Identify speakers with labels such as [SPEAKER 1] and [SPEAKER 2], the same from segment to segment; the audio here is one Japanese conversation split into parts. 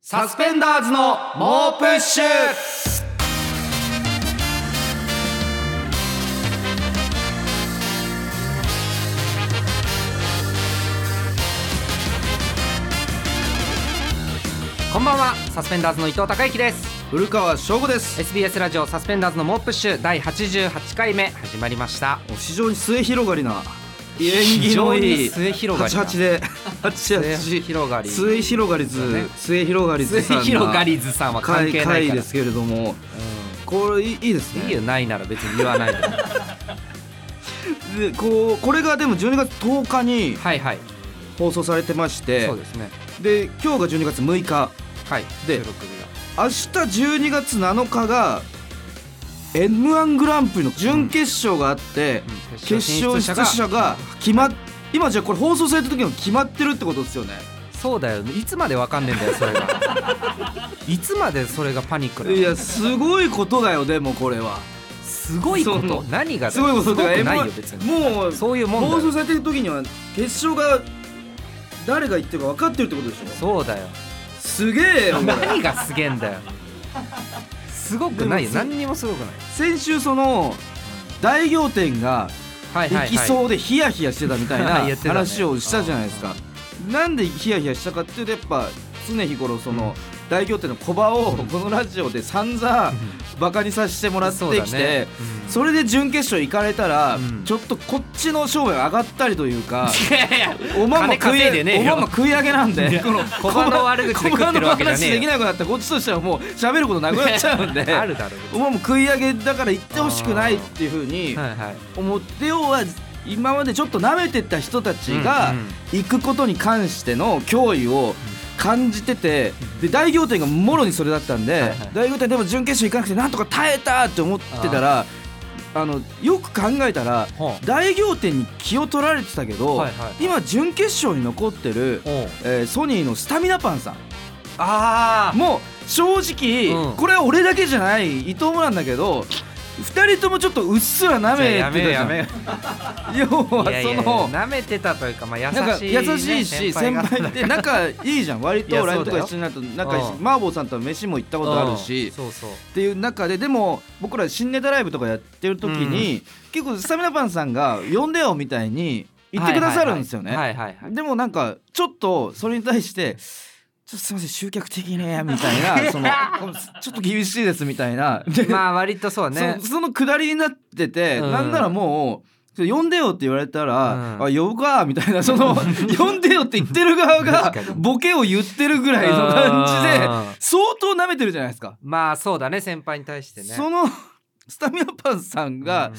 [SPEAKER 1] サスペンダーズの猛プッシュこんばんはサスペンダーズの伊藤孝之です
[SPEAKER 2] 古川翔吾です
[SPEAKER 1] SBS ラジオサスペンダーズの猛プッシュ第88回目始まりました
[SPEAKER 2] お非常に末広がりな縁
[SPEAKER 1] 非
[SPEAKER 2] 起の
[SPEAKER 1] 常
[SPEAKER 2] い
[SPEAKER 1] に
[SPEAKER 2] い
[SPEAKER 1] 末広がりな
[SPEAKER 2] 88で
[SPEAKER 1] 末
[SPEAKER 2] 88
[SPEAKER 1] 広がり
[SPEAKER 2] 末広がり
[SPEAKER 1] そうね
[SPEAKER 2] ず末広がりず
[SPEAKER 1] 末
[SPEAKER 2] さんな
[SPEAKER 1] 広がりずさんは関
[SPEAKER 2] 回
[SPEAKER 1] 係ない
[SPEAKER 2] 回
[SPEAKER 1] から
[SPEAKER 2] ですけれどもこれいいいいです
[SPEAKER 1] うん
[SPEAKER 2] ね
[SPEAKER 1] いいよないなら別に言わないでは
[SPEAKER 2] でこうこれがでも12月10日に
[SPEAKER 1] いはい
[SPEAKER 2] 放送されてまし て
[SPEAKER 1] そうですね
[SPEAKER 2] で今日が12月6日
[SPEAKER 1] はい
[SPEAKER 2] で
[SPEAKER 1] 収録日が
[SPEAKER 2] 明日12月7日が m 1グランプリの準決勝があって、
[SPEAKER 1] うん
[SPEAKER 2] 決勝出場者が決まっ今じゃあこれ放送された時の決まってるってことですよね
[SPEAKER 1] そうだよいつまでわかんねえんだ よそれがいつまでそれがパニックないの
[SPEAKER 2] やすごいことだよでもこれは
[SPEAKER 1] すごいこ
[SPEAKER 2] そ
[SPEAKER 1] と
[SPEAKER 2] の
[SPEAKER 1] 何がだよ
[SPEAKER 2] すごいこと
[SPEAKER 1] すご
[SPEAKER 2] だ
[SPEAKER 1] く
[SPEAKER 2] よ
[SPEAKER 1] ないよ
[SPEAKER 2] M1
[SPEAKER 1] 別に
[SPEAKER 2] もう
[SPEAKER 1] そういうもん
[SPEAKER 2] 放
[SPEAKER 1] だ
[SPEAKER 2] 送
[SPEAKER 1] よ
[SPEAKER 2] されてる時には決勝が誰が言ってるか分かってるってことでしょ
[SPEAKER 1] そうだよ
[SPEAKER 2] すげえよ これ
[SPEAKER 1] 何がすげえんだよすごくないよ
[SPEAKER 2] でも
[SPEAKER 1] 何にもすごくない
[SPEAKER 2] 先週その大仰天が
[SPEAKER 1] はいはいはい
[SPEAKER 2] できそうでヒヤヒヤしてたみたい
[SPEAKER 1] 言
[SPEAKER 2] な
[SPEAKER 1] ってたね
[SPEAKER 2] 話をしたじゃないですか。なんでヒヤヒヤしたかっていうとやっぱ常日頃その大仰天のコバをこのラジオで散々バカにさせてもらって
[SPEAKER 1] そうだ
[SPEAKER 2] き
[SPEAKER 1] ね
[SPEAKER 2] て
[SPEAKER 1] うん
[SPEAKER 2] それで準決勝行かれたら
[SPEAKER 1] うん
[SPEAKER 2] ちょっとこっちの勝負上がったりという か。
[SPEAKER 1] いやいや
[SPEAKER 2] おまん
[SPEAKER 1] 金
[SPEAKER 2] ま食い
[SPEAKER 1] 稼いでねえ
[SPEAKER 2] お
[SPEAKER 1] よ
[SPEAKER 2] まんま食い上げなんで この
[SPEAKER 1] 小判の悪口で食ってるわけじゃねえよ
[SPEAKER 2] 小判の話できなくなったらこっちとしてはもう喋ることなくなっちゃうんで
[SPEAKER 1] あるだろう
[SPEAKER 2] おまんま食い上げだから行ってほしくないっていうふうに
[SPEAKER 1] 別にはいはい
[SPEAKER 2] 思って要は今までちょっと舐めてた人たちが
[SPEAKER 1] うんうん
[SPEAKER 2] 行くことに関しての脅威を感じててで大仰天がもろにそれだったんで、
[SPEAKER 1] はいはい
[SPEAKER 2] 大仰天でも準決勝行かなくてなんとか耐えたって思ってたらあのよく考えたら
[SPEAKER 1] ほう
[SPEAKER 2] 大仰天に気を取られてたけど、
[SPEAKER 1] はいはい
[SPEAKER 2] 今準決勝に残ってる、
[SPEAKER 1] おう
[SPEAKER 2] えーソニーのスタミナパンさん
[SPEAKER 1] ああ
[SPEAKER 2] もう正直、
[SPEAKER 1] うん
[SPEAKER 2] これは俺だけじゃない伊藤もなんだけも2人ともちょっとうっすらなめて
[SPEAKER 1] や
[SPEAKER 2] たじ
[SPEAKER 1] めよ
[SPEAKER 2] ゃ
[SPEAKER 1] や
[SPEAKER 2] ん
[SPEAKER 1] めよ
[SPEAKER 2] 要
[SPEAKER 1] いや
[SPEAKER 2] はい
[SPEAKER 1] やい
[SPEAKER 2] そ
[SPEAKER 1] や
[SPEAKER 2] の
[SPEAKER 1] 舐めてたというかまあ優
[SPEAKER 2] なんか
[SPEAKER 1] しい
[SPEAKER 2] 優
[SPEAKER 1] ね
[SPEAKER 2] しいし先
[SPEAKER 1] が
[SPEAKER 2] 輩って仲いいじゃん割
[SPEAKER 1] いや
[SPEAKER 2] と LINE とか一緒になると仲いいし
[SPEAKER 1] うん
[SPEAKER 2] 麻婆さんとは飯も行ったことある
[SPEAKER 1] う
[SPEAKER 2] し
[SPEAKER 1] んそうそう
[SPEAKER 2] っていう中ででも僕ら新ネタライブとかやってる時に結構スタミナパンさんが「呼んでよ」みたいに言ってくださるんですよ
[SPEAKER 1] は
[SPEAKER 2] ね。
[SPEAKER 1] いはいはい
[SPEAKER 2] でもなんかちょっとそれに対して「ちょっとすいません集客的にね」みたい なその「ちょっと厳しいです」みたいな。で
[SPEAKER 1] まあ割とそうね
[SPEAKER 2] そそのくだりになってて、
[SPEAKER 1] うん
[SPEAKER 2] なんならもうちょ呼んでよって言われたら、
[SPEAKER 1] うん
[SPEAKER 2] あ呼ぶかみたいな その呼んでよって言ってる側が
[SPEAKER 1] 確かに
[SPEAKER 2] ボケを言ってるぐらいの感じで
[SPEAKER 1] うん
[SPEAKER 2] 相当舐めてるじゃないですか。
[SPEAKER 1] まあそうだね先輩に対してね
[SPEAKER 2] そのスタミナパンさんが、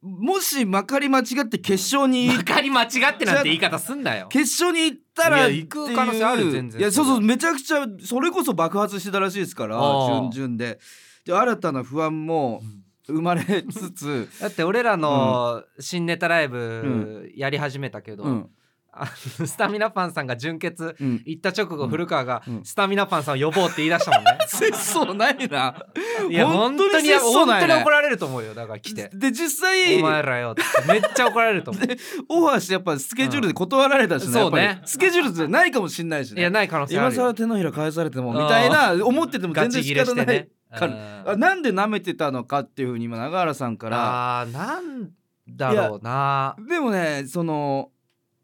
[SPEAKER 2] もしまかり間違って決勝 に
[SPEAKER 1] 分かり間違ってなんて言い方すんなよ
[SPEAKER 2] 決勝に行ったら
[SPEAKER 1] いや行く
[SPEAKER 2] っていう
[SPEAKER 1] 可能性ある全然
[SPEAKER 2] いやそうそうめちゃくちゃそれこそ爆発してたらしいですから
[SPEAKER 1] あー
[SPEAKER 2] 順々でで新たな不安も生まれつ つ、
[SPEAKER 1] だって俺らの新ネタライブやり始めたけど、
[SPEAKER 2] うん
[SPEAKER 1] あのスタミナパンさんが純潔
[SPEAKER 2] うん、
[SPEAKER 1] 行った直後
[SPEAKER 2] うん
[SPEAKER 1] 古川が
[SPEAKER 2] うん
[SPEAKER 1] スタミナパンさんを呼ぼうって言い出したも んね
[SPEAKER 2] 節操ないな。
[SPEAKER 1] いや本
[SPEAKER 2] 本
[SPEAKER 1] 当
[SPEAKER 2] 当
[SPEAKER 1] に
[SPEAKER 2] に節操
[SPEAKER 1] 本
[SPEAKER 2] ない
[SPEAKER 1] 当
[SPEAKER 2] ね
[SPEAKER 1] に怒られると思うよだから来て
[SPEAKER 2] で実
[SPEAKER 1] お
[SPEAKER 2] 際
[SPEAKER 1] 前らよってめっちゃ怒られると思う
[SPEAKER 2] オファーしてやっぱスケジュールで断られたし
[SPEAKER 1] うん
[SPEAKER 2] ね,、やっぱり
[SPEAKER 1] そうね
[SPEAKER 2] スケジュールじゃないかもしれないし
[SPEAKER 1] いや
[SPEAKER 2] ね。
[SPEAKER 1] ない可能性あ
[SPEAKER 2] 今
[SPEAKER 1] るよ
[SPEAKER 2] 更手のひら返されてもみたいな思ってても
[SPEAKER 1] ガチ
[SPEAKER 2] 全然
[SPEAKER 1] 切
[SPEAKER 2] 仕
[SPEAKER 1] れし
[SPEAKER 2] 方
[SPEAKER 1] て
[SPEAKER 2] ない
[SPEAKER 1] ね。
[SPEAKER 2] か
[SPEAKER 1] うん
[SPEAKER 2] あなんで舐めてたのかっていうふうに今永原さんから
[SPEAKER 1] あーなんだろうな
[SPEAKER 2] でもねその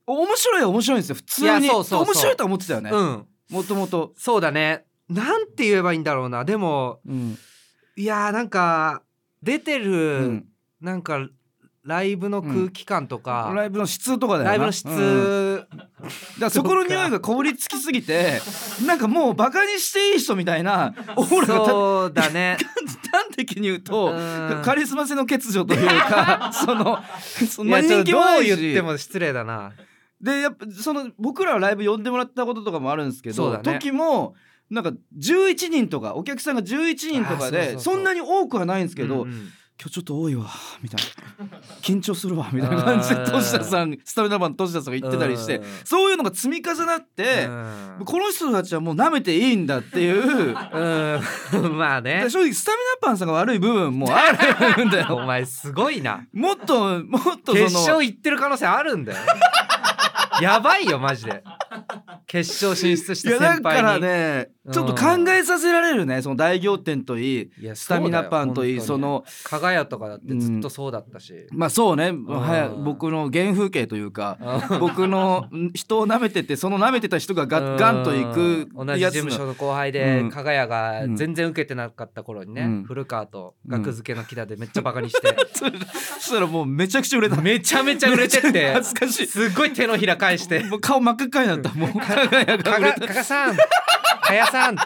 [SPEAKER 2] 面白いは面白いんですよ普通
[SPEAKER 1] いや
[SPEAKER 2] に
[SPEAKER 1] そうそうそう
[SPEAKER 2] 面白いとは思ってたよね
[SPEAKER 1] うん
[SPEAKER 2] もともと、
[SPEAKER 1] そうだねなんて言えばいいんだろうなでも
[SPEAKER 2] うん
[SPEAKER 1] いやーなんか出て
[SPEAKER 2] う
[SPEAKER 1] る、
[SPEAKER 2] ん
[SPEAKER 1] なんかライブの空気感とか、
[SPEAKER 2] ライブの質とかだよな
[SPEAKER 1] ライブの質、
[SPEAKER 2] うんだからそこの匂いがこぶりつきすぎてなんかもうバカにしていい人みたいなオーラが立っ
[SPEAKER 1] そうだね
[SPEAKER 2] 端的に言うと
[SPEAKER 1] うん
[SPEAKER 2] カリスマ性の欠如という かそのそ
[SPEAKER 1] い
[SPEAKER 2] の
[SPEAKER 1] やちょ
[SPEAKER 2] 人
[SPEAKER 1] っと
[SPEAKER 2] 気
[SPEAKER 1] ど
[SPEAKER 2] もな
[SPEAKER 1] う
[SPEAKER 2] いし
[SPEAKER 1] 言っても失礼だな
[SPEAKER 2] でやっぱその僕らはライブ呼んでもらったこととかもあるんですけ
[SPEAKER 1] そう
[SPEAKER 2] ど、
[SPEAKER 1] だね
[SPEAKER 2] 時もなんか11人とかお客さんが11人とか
[SPEAKER 1] あーそうそう
[SPEAKER 2] で
[SPEAKER 1] そう
[SPEAKER 2] そんなに多くはないんですけど、
[SPEAKER 1] うんうん
[SPEAKER 2] 今日ちょっと多いわみたいな緊張するわみたいな感じで
[SPEAKER 1] あー
[SPEAKER 2] とし田さんスタミナマンとし田さんが言ってたりして
[SPEAKER 1] うん
[SPEAKER 2] そういうのが積み重なって。
[SPEAKER 1] うん
[SPEAKER 2] この人たちはもう舐めていいんだって いう
[SPEAKER 1] うん まあね
[SPEAKER 2] で正直スタミナパンさんが悪い部分もある んだよ
[SPEAKER 1] お前すごいな
[SPEAKER 2] もっともっと
[SPEAKER 1] 決
[SPEAKER 2] その
[SPEAKER 1] 勝行ってる可能性あるんだ よやばいよマジで決勝進出し
[SPEAKER 2] い
[SPEAKER 1] た
[SPEAKER 2] やだ
[SPEAKER 1] 先
[SPEAKER 2] から
[SPEAKER 1] 輩に
[SPEAKER 2] ね、ちょっと考えさせられるねその大仰天といい
[SPEAKER 1] いや
[SPEAKER 2] スタミナパンといいそ
[SPEAKER 1] そうだよ
[SPEAKER 2] の
[SPEAKER 1] 加賀屋とかだってずっとそうだったし、
[SPEAKER 2] まあそうねはや
[SPEAKER 1] うん
[SPEAKER 2] 僕の原風景という か
[SPEAKER 1] うん
[SPEAKER 2] 僕のん人を舐めててその舐めてた人が
[SPEAKER 1] う
[SPEAKER 2] ガ
[SPEAKER 1] ん
[SPEAKER 2] ガンと行く
[SPEAKER 1] 同じ事
[SPEAKER 2] やつ
[SPEAKER 1] 務所
[SPEAKER 2] の
[SPEAKER 1] の後輩
[SPEAKER 2] う
[SPEAKER 1] で
[SPEAKER 2] ん
[SPEAKER 1] 加賀屋が
[SPEAKER 2] うん
[SPEAKER 1] 全然受けてなかった頃にね、
[SPEAKER 2] うん
[SPEAKER 1] 古川と額付けの木田でめっちゃバカにして、
[SPEAKER 2] そしたらもうめちゃくちゃ売れた
[SPEAKER 1] めちゃめちゃ売れてって
[SPEAKER 2] 恥ずかしい
[SPEAKER 1] すっごい手のひら返して
[SPEAKER 2] もう顔真っ赤っかになったもう輝が
[SPEAKER 1] 加
[SPEAKER 2] 売れ
[SPEAKER 1] 賀
[SPEAKER 2] た
[SPEAKER 1] 加賀さん加賀さん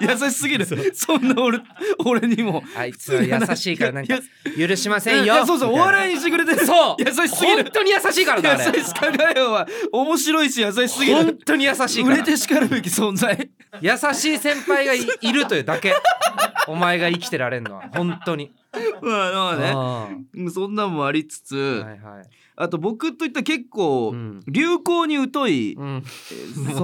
[SPEAKER 2] 優しすぎるそんな俺俺にも
[SPEAKER 1] あいつは優しいからなんか
[SPEAKER 2] い
[SPEAKER 1] 許しません
[SPEAKER 2] いや
[SPEAKER 1] よ
[SPEAKER 2] そうそうお笑い
[SPEAKER 1] い
[SPEAKER 2] にしてくれてる
[SPEAKER 1] そう
[SPEAKER 2] 優しすぎる
[SPEAKER 1] 本当に優しいからねあれ
[SPEAKER 2] 優しさがよは面白いし優しすぎ
[SPEAKER 1] 本
[SPEAKER 2] る
[SPEAKER 1] 当に優しいか
[SPEAKER 2] 売
[SPEAKER 1] ら
[SPEAKER 2] れてしかるべき存在
[SPEAKER 1] 優しい先輩がいいるというだけ お前が生きてられんのは本当に
[SPEAKER 2] まあまあね
[SPEAKER 1] あ
[SPEAKER 2] うんそんなんもありつつ、
[SPEAKER 1] あはいはい
[SPEAKER 2] あと僕といったら結構、
[SPEAKER 1] うん
[SPEAKER 2] 流行に疎い
[SPEAKER 1] うんもう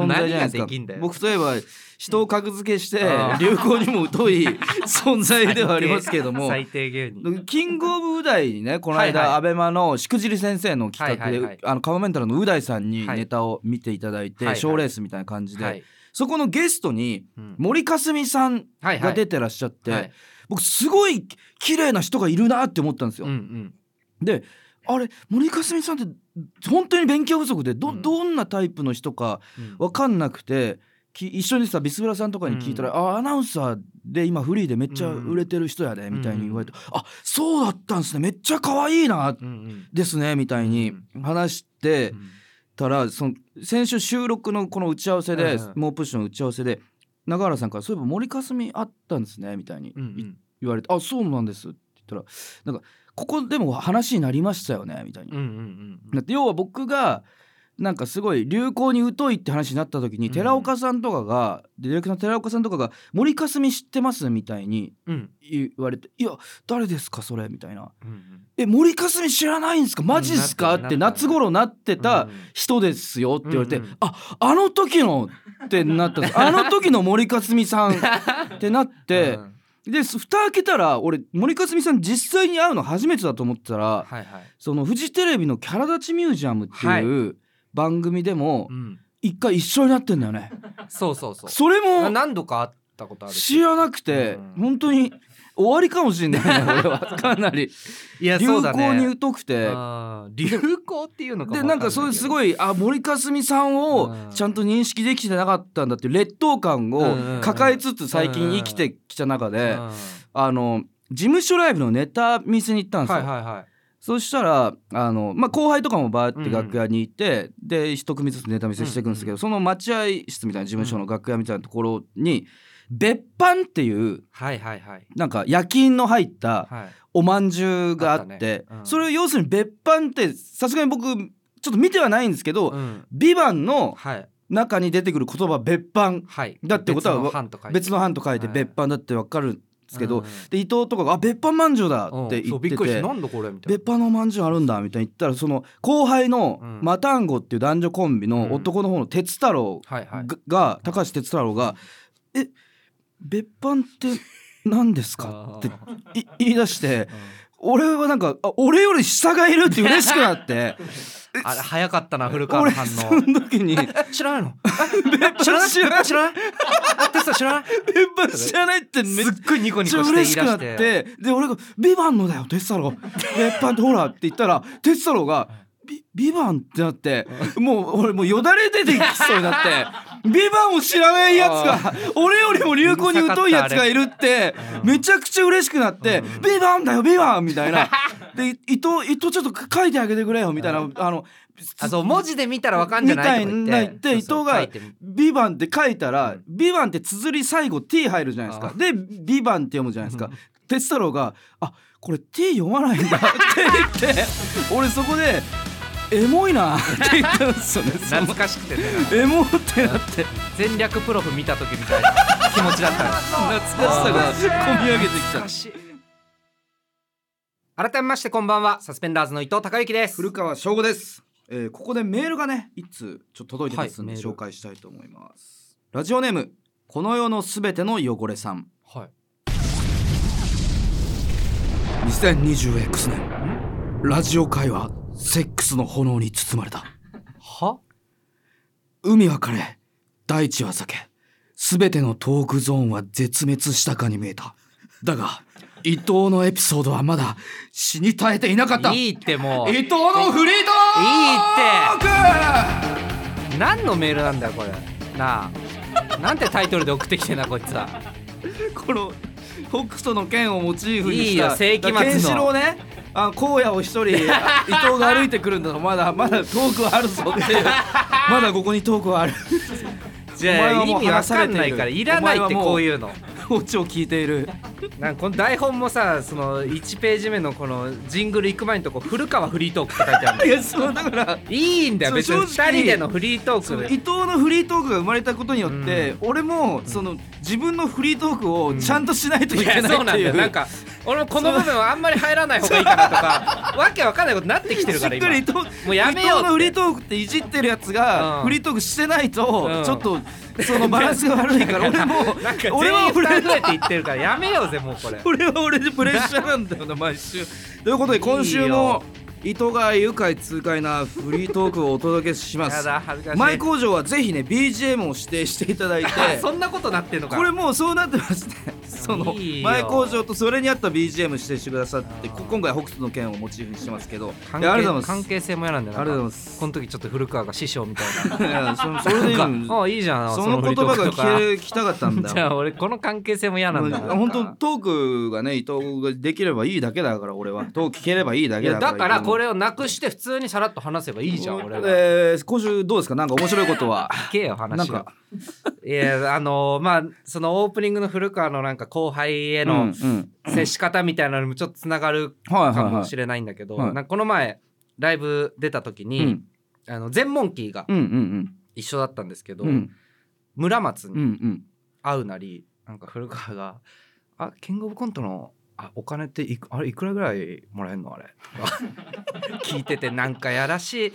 [SPEAKER 2] 存在じゃないで
[SPEAKER 1] 何が
[SPEAKER 2] すか
[SPEAKER 1] できんだよ
[SPEAKER 2] 僕例えば人を格付けして
[SPEAKER 1] うん
[SPEAKER 2] 流行にも疎 い存在ではありますけども
[SPEAKER 1] 最低芸人
[SPEAKER 2] キングオブう大にねこの
[SPEAKER 1] はいは
[SPEAKER 2] 間
[SPEAKER 1] い
[SPEAKER 2] アベマのしくじり先生の企画
[SPEAKER 1] はいはいはい
[SPEAKER 2] であのカモメンタルのう大さんに
[SPEAKER 1] はい
[SPEAKER 2] ネタを見ていただい
[SPEAKER 1] はい
[SPEAKER 2] て
[SPEAKER 1] はい
[SPEAKER 2] 賞レースみたいな感じ
[SPEAKER 1] は
[SPEAKER 2] で
[SPEAKER 1] い
[SPEAKER 2] そこのゲストに
[SPEAKER 1] うん
[SPEAKER 2] 森かすみさん
[SPEAKER 1] はいは
[SPEAKER 2] が
[SPEAKER 1] い
[SPEAKER 2] 出てらっしゃっ
[SPEAKER 1] は
[SPEAKER 2] て
[SPEAKER 1] い
[SPEAKER 2] 僕すごい綺麗な人がいるなって思ったんですよ
[SPEAKER 1] うんう。ん
[SPEAKER 2] であれ森かすみさんって本当に勉強不足でど
[SPEAKER 1] うん
[SPEAKER 2] どんなタイプの人か
[SPEAKER 1] うん
[SPEAKER 2] 分かんなくてき一緒にさビスブラさんとかに聞いたら「
[SPEAKER 1] う
[SPEAKER 2] あアナウンサーで今フリーでめっちゃ売れてる人やで」
[SPEAKER 1] ん
[SPEAKER 2] みたいに言われて「あそうだったんですねめっちゃ可愛いな
[SPEAKER 1] うんうん
[SPEAKER 2] ですね」みたいに話して
[SPEAKER 1] うん
[SPEAKER 2] たらその先週収録のこの打ち合わせで
[SPEAKER 1] うんうん
[SPEAKER 2] 猛プッシュの打ち合わせで永原さんから「そういえば森かすみあったんですね」みたいに
[SPEAKER 1] うんうん
[SPEAKER 2] 言われて「あそうなんです」って言ったら「なんかここでも話になりましたよね」みたいに
[SPEAKER 1] うんうんうん
[SPEAKER 2] だって要は僕がなんかすごい流行に疎いって話になった時に
[SPEAKER 1] うん
[SPEAKER 2] 寺岡さんとかが、ディレクターの寺岡さんとかが「森かすみ知ってます?」みたいに
[SPEAKER 1] うん
[SPEAKER 2] 言われて「いや誰ですかそれ」みたいな
[SPEAKER 1] うんうん
[SPEAKER 2] 「え森かすみ知らないんですかマジっすか?」
[SPEAKER 1] うん
[SPEAKER 2] って
[SPEAKER 1] なった
[SPEAKER 2] 夏頃なってた
[SPEAKER 1] うんうん
[SPEAKER 2] 人ですよって言われて「
[SPEAKER 1] うんうん
[SPEAKER 2] ああの時の」ってなったんですあの時の森かすみさんって なって
[SPEAKER 1] う、ん
[SPEAKER 2] で蓋開けたら俺森かすみさん実際に会うの初めてだと思ってたら。
[SPEAKER 1] はいはい
[SPEAKER 2] そのフジテレビの「キャラ立ちミュージアム」っていう番組でも
[SPEAKER 1] うん
[SPEAKER 2] 一回一緒になってんだよね。
[SPEAKER 1] そうそうそう
[SPEAKER 2] それ
[SPEAKER 1] な
[SPEAKER 2] も
[SPEAKER 1] 何度か会ったことある
[SPEAKER 2] 知らなくて
[SPEAKER 1] うん
[SPEAKER 2] 本当に終わりかもしれな いね俺はかなり
[SPEAKER 1] いや
[SPEAKER 2] 流
[SPEAKER 1] そうだね
[SPEAKER 2] 行に疎くて。
[SPEAKER 1] あー流行っていうのか
[SPEAKER 2] でなんかそういうす
[SPEAKER 1] い
[SPEAKER 2] ごいあ森かすみさんを
[SPEAKER 1] うん
[SPEAKER 2] ちゃんと認識できてなかったんだっていう劣等感
[SPEAKER 1] うんうんう
[SPEAKER 2] を
[SPEAKER 1] ん
[SPEAKER 2] 抱えつつ最近生きてきた中であの事務所ライブのネタ見せに行ったんです
[SPEAKER 1] は
[SPEAKER 2] よ
[SPEAKER 1] いはい。は
[SPEAKER 2] そしたらあの、まあ、後輩とかもバー
[SPEAKER 1] う
[SPEAKER 2] っ
[SPEAKER 1] んう
[SPEAKER 2] て
[SPEAKER 1] ん
[SPEAKER 2] 楽屋にいて、で一組ずつネタ見せしていくんですけ
[SPEAKER 1] う
[SPEAKER 2] ど、
[SPEAKER 1] んうん
[SPEAKER 2] その待合室みたいな事務所の楽屋みたいなところに別班っていう
[SPEAKER 1] いはいはいはい
[SPEAKER 2] なんか夜勤の入った
[SPEAKER 1] はい
[SPEAKER 2] おまんじゅうがあ
[SPEAKER 1] あ
[SPEAKER 2] っ
[SPEAKER 1] ったね
[SPEAKER 2] て
[SPEAKER 1] うん
[SPEAKER 2] それを要するに別班ってさすがに僕ちょっと見てはないんですけど「
[SPEAKER 1] うん
[SPEAKER 2] ビバンの
[SPEAKER 1] はい
[SPEAKER 2] 中に出てくる言葉別班
[SPEAKER 1] はい
[SPEAKER 2] だってことは
[SPEAKER 1] 別の班と書いて
[SPEAKER 2] 別の班と書いて
[SPEAKER 1] はい
[SPEAKER 2] 別班だってわかるんですけ
[SPEAKER 1] う
[SPEAKER 2] ど、
[SPEAKER 1] ん
[SPEAKER 2] で伊藤とかが「あ別班まんじゅうだ」
[SPEAKER 1] うん
[SPEAKER 2] って言
[SPEAKER 1] そ
[SPEAKER 2] っ
[SPEAKER 1] うび
[SPEAKER 2] て
[SPEAKER 1] っくりして
[SPEAKER 2] て。
[SPEAKER 1] なんだこれみたい
[SPEAKER 2] 別班のまんじゅうあるんだみたいに言ったらその後輩の
[SPEAKER 1] うん
[SPEAKER 2] マタンゴっていう男女コンビの男の方の哲太郎
[SPEAKER 1] なはいはい
[SPEAKER 2] がが高橋哲太郎が「え別班って何ですか?」ってい言い出して俺はなんかあ俺より下がいるって嬉しくなって
[SPEAKER 1] あれ早かったな古川の
[SPEAKER 2] 俺
[SPEAKER 1] 反
[SPEAKER 2] そ
[SPEAKER 1] 応
[SPEAKER 2] の時 に「
[SPEAKER 1] 知らないの
[SPEAKER 2] 知らない知らない
[SPEAKER 1] 知らないあテスト知らない
[SPEAKER 2] 別班知らない」ってめっ
[SPEAKER 1] すっごいニコニ
[SPEAKER 2] ち
[SPEAKER 1] コ
[SPEAKER 2] ゃ
[SPEAKER 1] して言い出
[SPEAKER 2] 嬉し
[SPEAKER 1] し
[SPEAKER 2] くなっててで俺が「ビバンのだよ哲太 郎別班ってほら」って言ったら哲太郎が「ビビバンってなってもう俺もうよだれ出てきそうにな って「ビバンを知らないやつが俺よりも流行に疎いやつがいるって
[SPEAKER 1] うん
[SPEAKER 2] めちゃくちゃ嬉しくなって
[SPEAKER 1] う
[SPEAKER 2] 「ビバンだよビバン」みた いな「で伊藤伊藤ちょっと書いてあげてくれよ」みたいなあの
[SPEAKER 1] あそう文字で見たらわかんじゃないとか
[SPEAKER 2] みたい
[SPEAKER 1] 言
[SPEAKER 2] な言
[SPEAKER 1] っ
[SPEAKER 2] ってて
[SPEAKER 1] そうそう
[SPEAKER 2] 伊藤が
[SPEAKER 1] 書いてみ
[SPEAKER 2] 「ビバンって書いたら
[SPEAKER 1] うん
[SPEAKER 2] 「ビバンって綴り最後「t」入るじゃないです
[SPEAKER 1] あ
[SPEAKER 2] かで「ビバンって読むじゃないですか哲太郎が「あこれ t 読まないんだ」っ て言って俺そこで「エモいな」って言ったんですよねそ
[SPEAKER 1] 懐
[SPEAKER 2] の
[SPEAKER 1] かしくてね
[SPEAKER 2] エモってなって
[SPEAKER 1] 全略プロフ見た時みたいな気持ちだったの
[SPEAKER 2] 懐かしさが込み上げてきた
[SPEAKER 1] 改めましてこんばんはサスペンダーズの伊藤孝之です
[SPEAKER 2] 古川翔吾です、えーここでメールがね一通ちょっと届いてますんで、
[SPEAKER 1] はいメール
[SPEAKER 2] 紹介したいと思いますラジオネームこの世のすべての汚れさん
[SPEAKER 1] はい、
[SPEAKER 2] 2020X 年ラジオ界はセックスの炎に包まれた
[SPEAKER 1] は
[SPEAKER 2] 海は枯れ大地は裂け全てのトークゾーンは絶滅したかに見えただが伊藤のエピソードはまだ死に絶えていなかった
[SPEAKER 1] いいってもう
[SPEAKER 2] 伊藤のフリートーク
[SPEAKER 1] 何のメールなんだよこれなあなんてタイトルで送ってきてんなこいつは
[SPEAKER 2] この北斗の剣をモチーフにした
[SPEAKER 1] いいよ世紀末の
[SPEAKER 2] ケンシロウねあ荒野を 一人伊藤が歩いてくるんだとまだまだトークはあるぞっ ていうまだここにトークはある
[SPEAKER 1] じゃあ
[SPEAKER 2] お前は
[SPEAKER 1] 意
[SPEAKER 2] もう
[SPEAKER 1] 味わかんないからいらないってこういうの
[SPEAKER 2] オチを聞いている
[SPEAKER 1] なんかこの台本もさその1ページ目のこのジングル行く前のとこ「古川フリートーク」って書いてあるんだ
[SPEAKER 2] い
[SPEAKER 1] よ
[SPEAKER 2] やそうだから
[SPEAKER 1] いいんだよ別に
[SPEAKER 2] そう正
[SPEAKER 1] 2
[SPEAKER 2] 直
[SPEAKER 1] 人でのフリート
[SPEAKER 2] そ
[SPEAKER 1] ー
[SPEAKER 2] の伊
[SPEAKER 1] クで
[SPEAKER 2] 藤のフリートークが生まれたことによって、俺もその自分のフリートークをちゃんとしないとい
[SPEAKER 1] い
[SPEAKER 2] け
[SPEAKER 1] や
[SPEAKER 2] ない
[SPEAKER 1] そうな
[SPEAKER 2] っ
[SPEAKER 1] んだ
[SPEAKER 2] てい
[SPEAKER 1] よ
[SPEAKER 2] う
[SPEAKER 1] なんか俺もこの部分はあんまり入らない方がいいかなとかわけわかんないことになってきてる
[SPEAKER 2] し
[SPEAKER 1] から
[SPEAKER 2] っか
[SPEAKER 1] 今
[SPEAKER 2] り伊藤
[SPEAKER 1] もうやめようって
[SPEAKER 2] 伊藤のフリートークっていじってるやつ
[SPEAKER 1] う
[SPEAKER 2] が
[SPEAKER 1] ん
[SPEAKER 2] フリートークしてないと
[SPEAKER 1] うん
[SPEAKER 2] ちょっとそのバランスが悪 いから俺も
[SPEAKER 1] なんか
[SPEAKER 2] 俺
[SPEAKER 1] 全
[SPEAKER 2] は
[SPEAKER 1] 員
[SPEAKER 2] 俺
[SPEAKER 1] 2人っ
[SPEAKER 2] は
[SPEAKER 1] て言ってるからやめようぜもうこれ
[SPEAKER 2] 俺は俺でプレッシャ ーなんだよな毎週。ということで今週も伊藤が愉快痛快なフリートークをお届けしま
[SPEAKER 1] や
[SPEAKER 2] す。
[SPEAKER 1] だ恥ずかしい
[SPEAKER 2] 前工場はぜひね BGM を指定していただいて
[SPEAKER 1] あそんなことなってんのか
[SPEAKER 2] これもうそうなってますね その
[SPEAKER 1] いいよ
[SPEAKER 2] 前工場とそれに合った BGM 指定してくださって
[SPEAKER 1] あー
[SPEAKER 2] こ今回北斗の剣をモチーフにしてますけど
[SPEAKER 1] 関
[SPEAKER 2] いやありがとう
[SPEAKER 1] 係
[SPEAKER 2] ござい
[SPEAKER 1] 関
[SPEAKER 2] ます
[SPEAKER 1] 係性も嫌なんだよ
[SPEAKER 2] ありがとうご
[SPEAKER 1] な
[SPEAKER 2] ざいます
[SPEAKER 1] この時ちょっと古川が師匠みたいない
[SPEAKER 2] やそのそれでいいの
[SPEAKER 1] なんかあいいじゃん
[SPEAKER 2] その言葉が聞け聞きたかったんだ
[SPEAKER 1] じゃ
[SPEAKER 2] よ
[SPEAKER 1] あ俺この関係性も嫌なんだ
[SPEAKER 2] もう 本当トークがね伊藤ができればいいだけだから俺はトーク聞ければいいだ
[SPEAKER 1] い
[SPEAKER 2] けだ
[SPEAKER 1] や
[SPEAKER 2] から
[SPEAKER 1] だからこれをなくして普通にさらっと話せばいいじゃん俺は
[SPEAKER 2] えー、今週どうですかなんか面白いことは
[SPEAKER 1] 聞けよ
[SPEAKER 2] なん
[SPEAKER 1] 話を
[SPEAKER 2] か
[SPEAKER 1] いやあのまあそのオープニングの古川のなんか後輩へ
[SPEAKER 2] うんう
[SPEAKER 1] の
[SPEAKER 2] ん
[SPEAKER 1] 接し方みたいなのにもちょっとつながる
[SPEAKER 2] はい
[SPEAKER 1] か
[SPEAKER 2] はい
[SPEAKER 1] も
[SPEAKER 2] は
[SPEAKER 1] し
[SPEAKER 2] い
[SPEAKER 1] れないんだけど
[SPEAKER 2] はい
[SPEAKER 1] なんかこの前ライブ出た時
[SPEAKER 2] う
[SPEAKER 1] に
[SPEAKER 2] ん
[SPEAKER 1] あの全モンキーが
[SPEAKER 2] うんうん
[SPEAKER 1] 一緒だったんですけど
[SPEAKER 2] うんうん
[SPEAKER 1] 村松に
[SPEAKER 2] うんうん
[SPEAKER 1] 会うなりなんか古川が「あキングオブコントのあお金っていくあれいくらぐらいもらえるのあれ」 とか聞いててなんかやらしい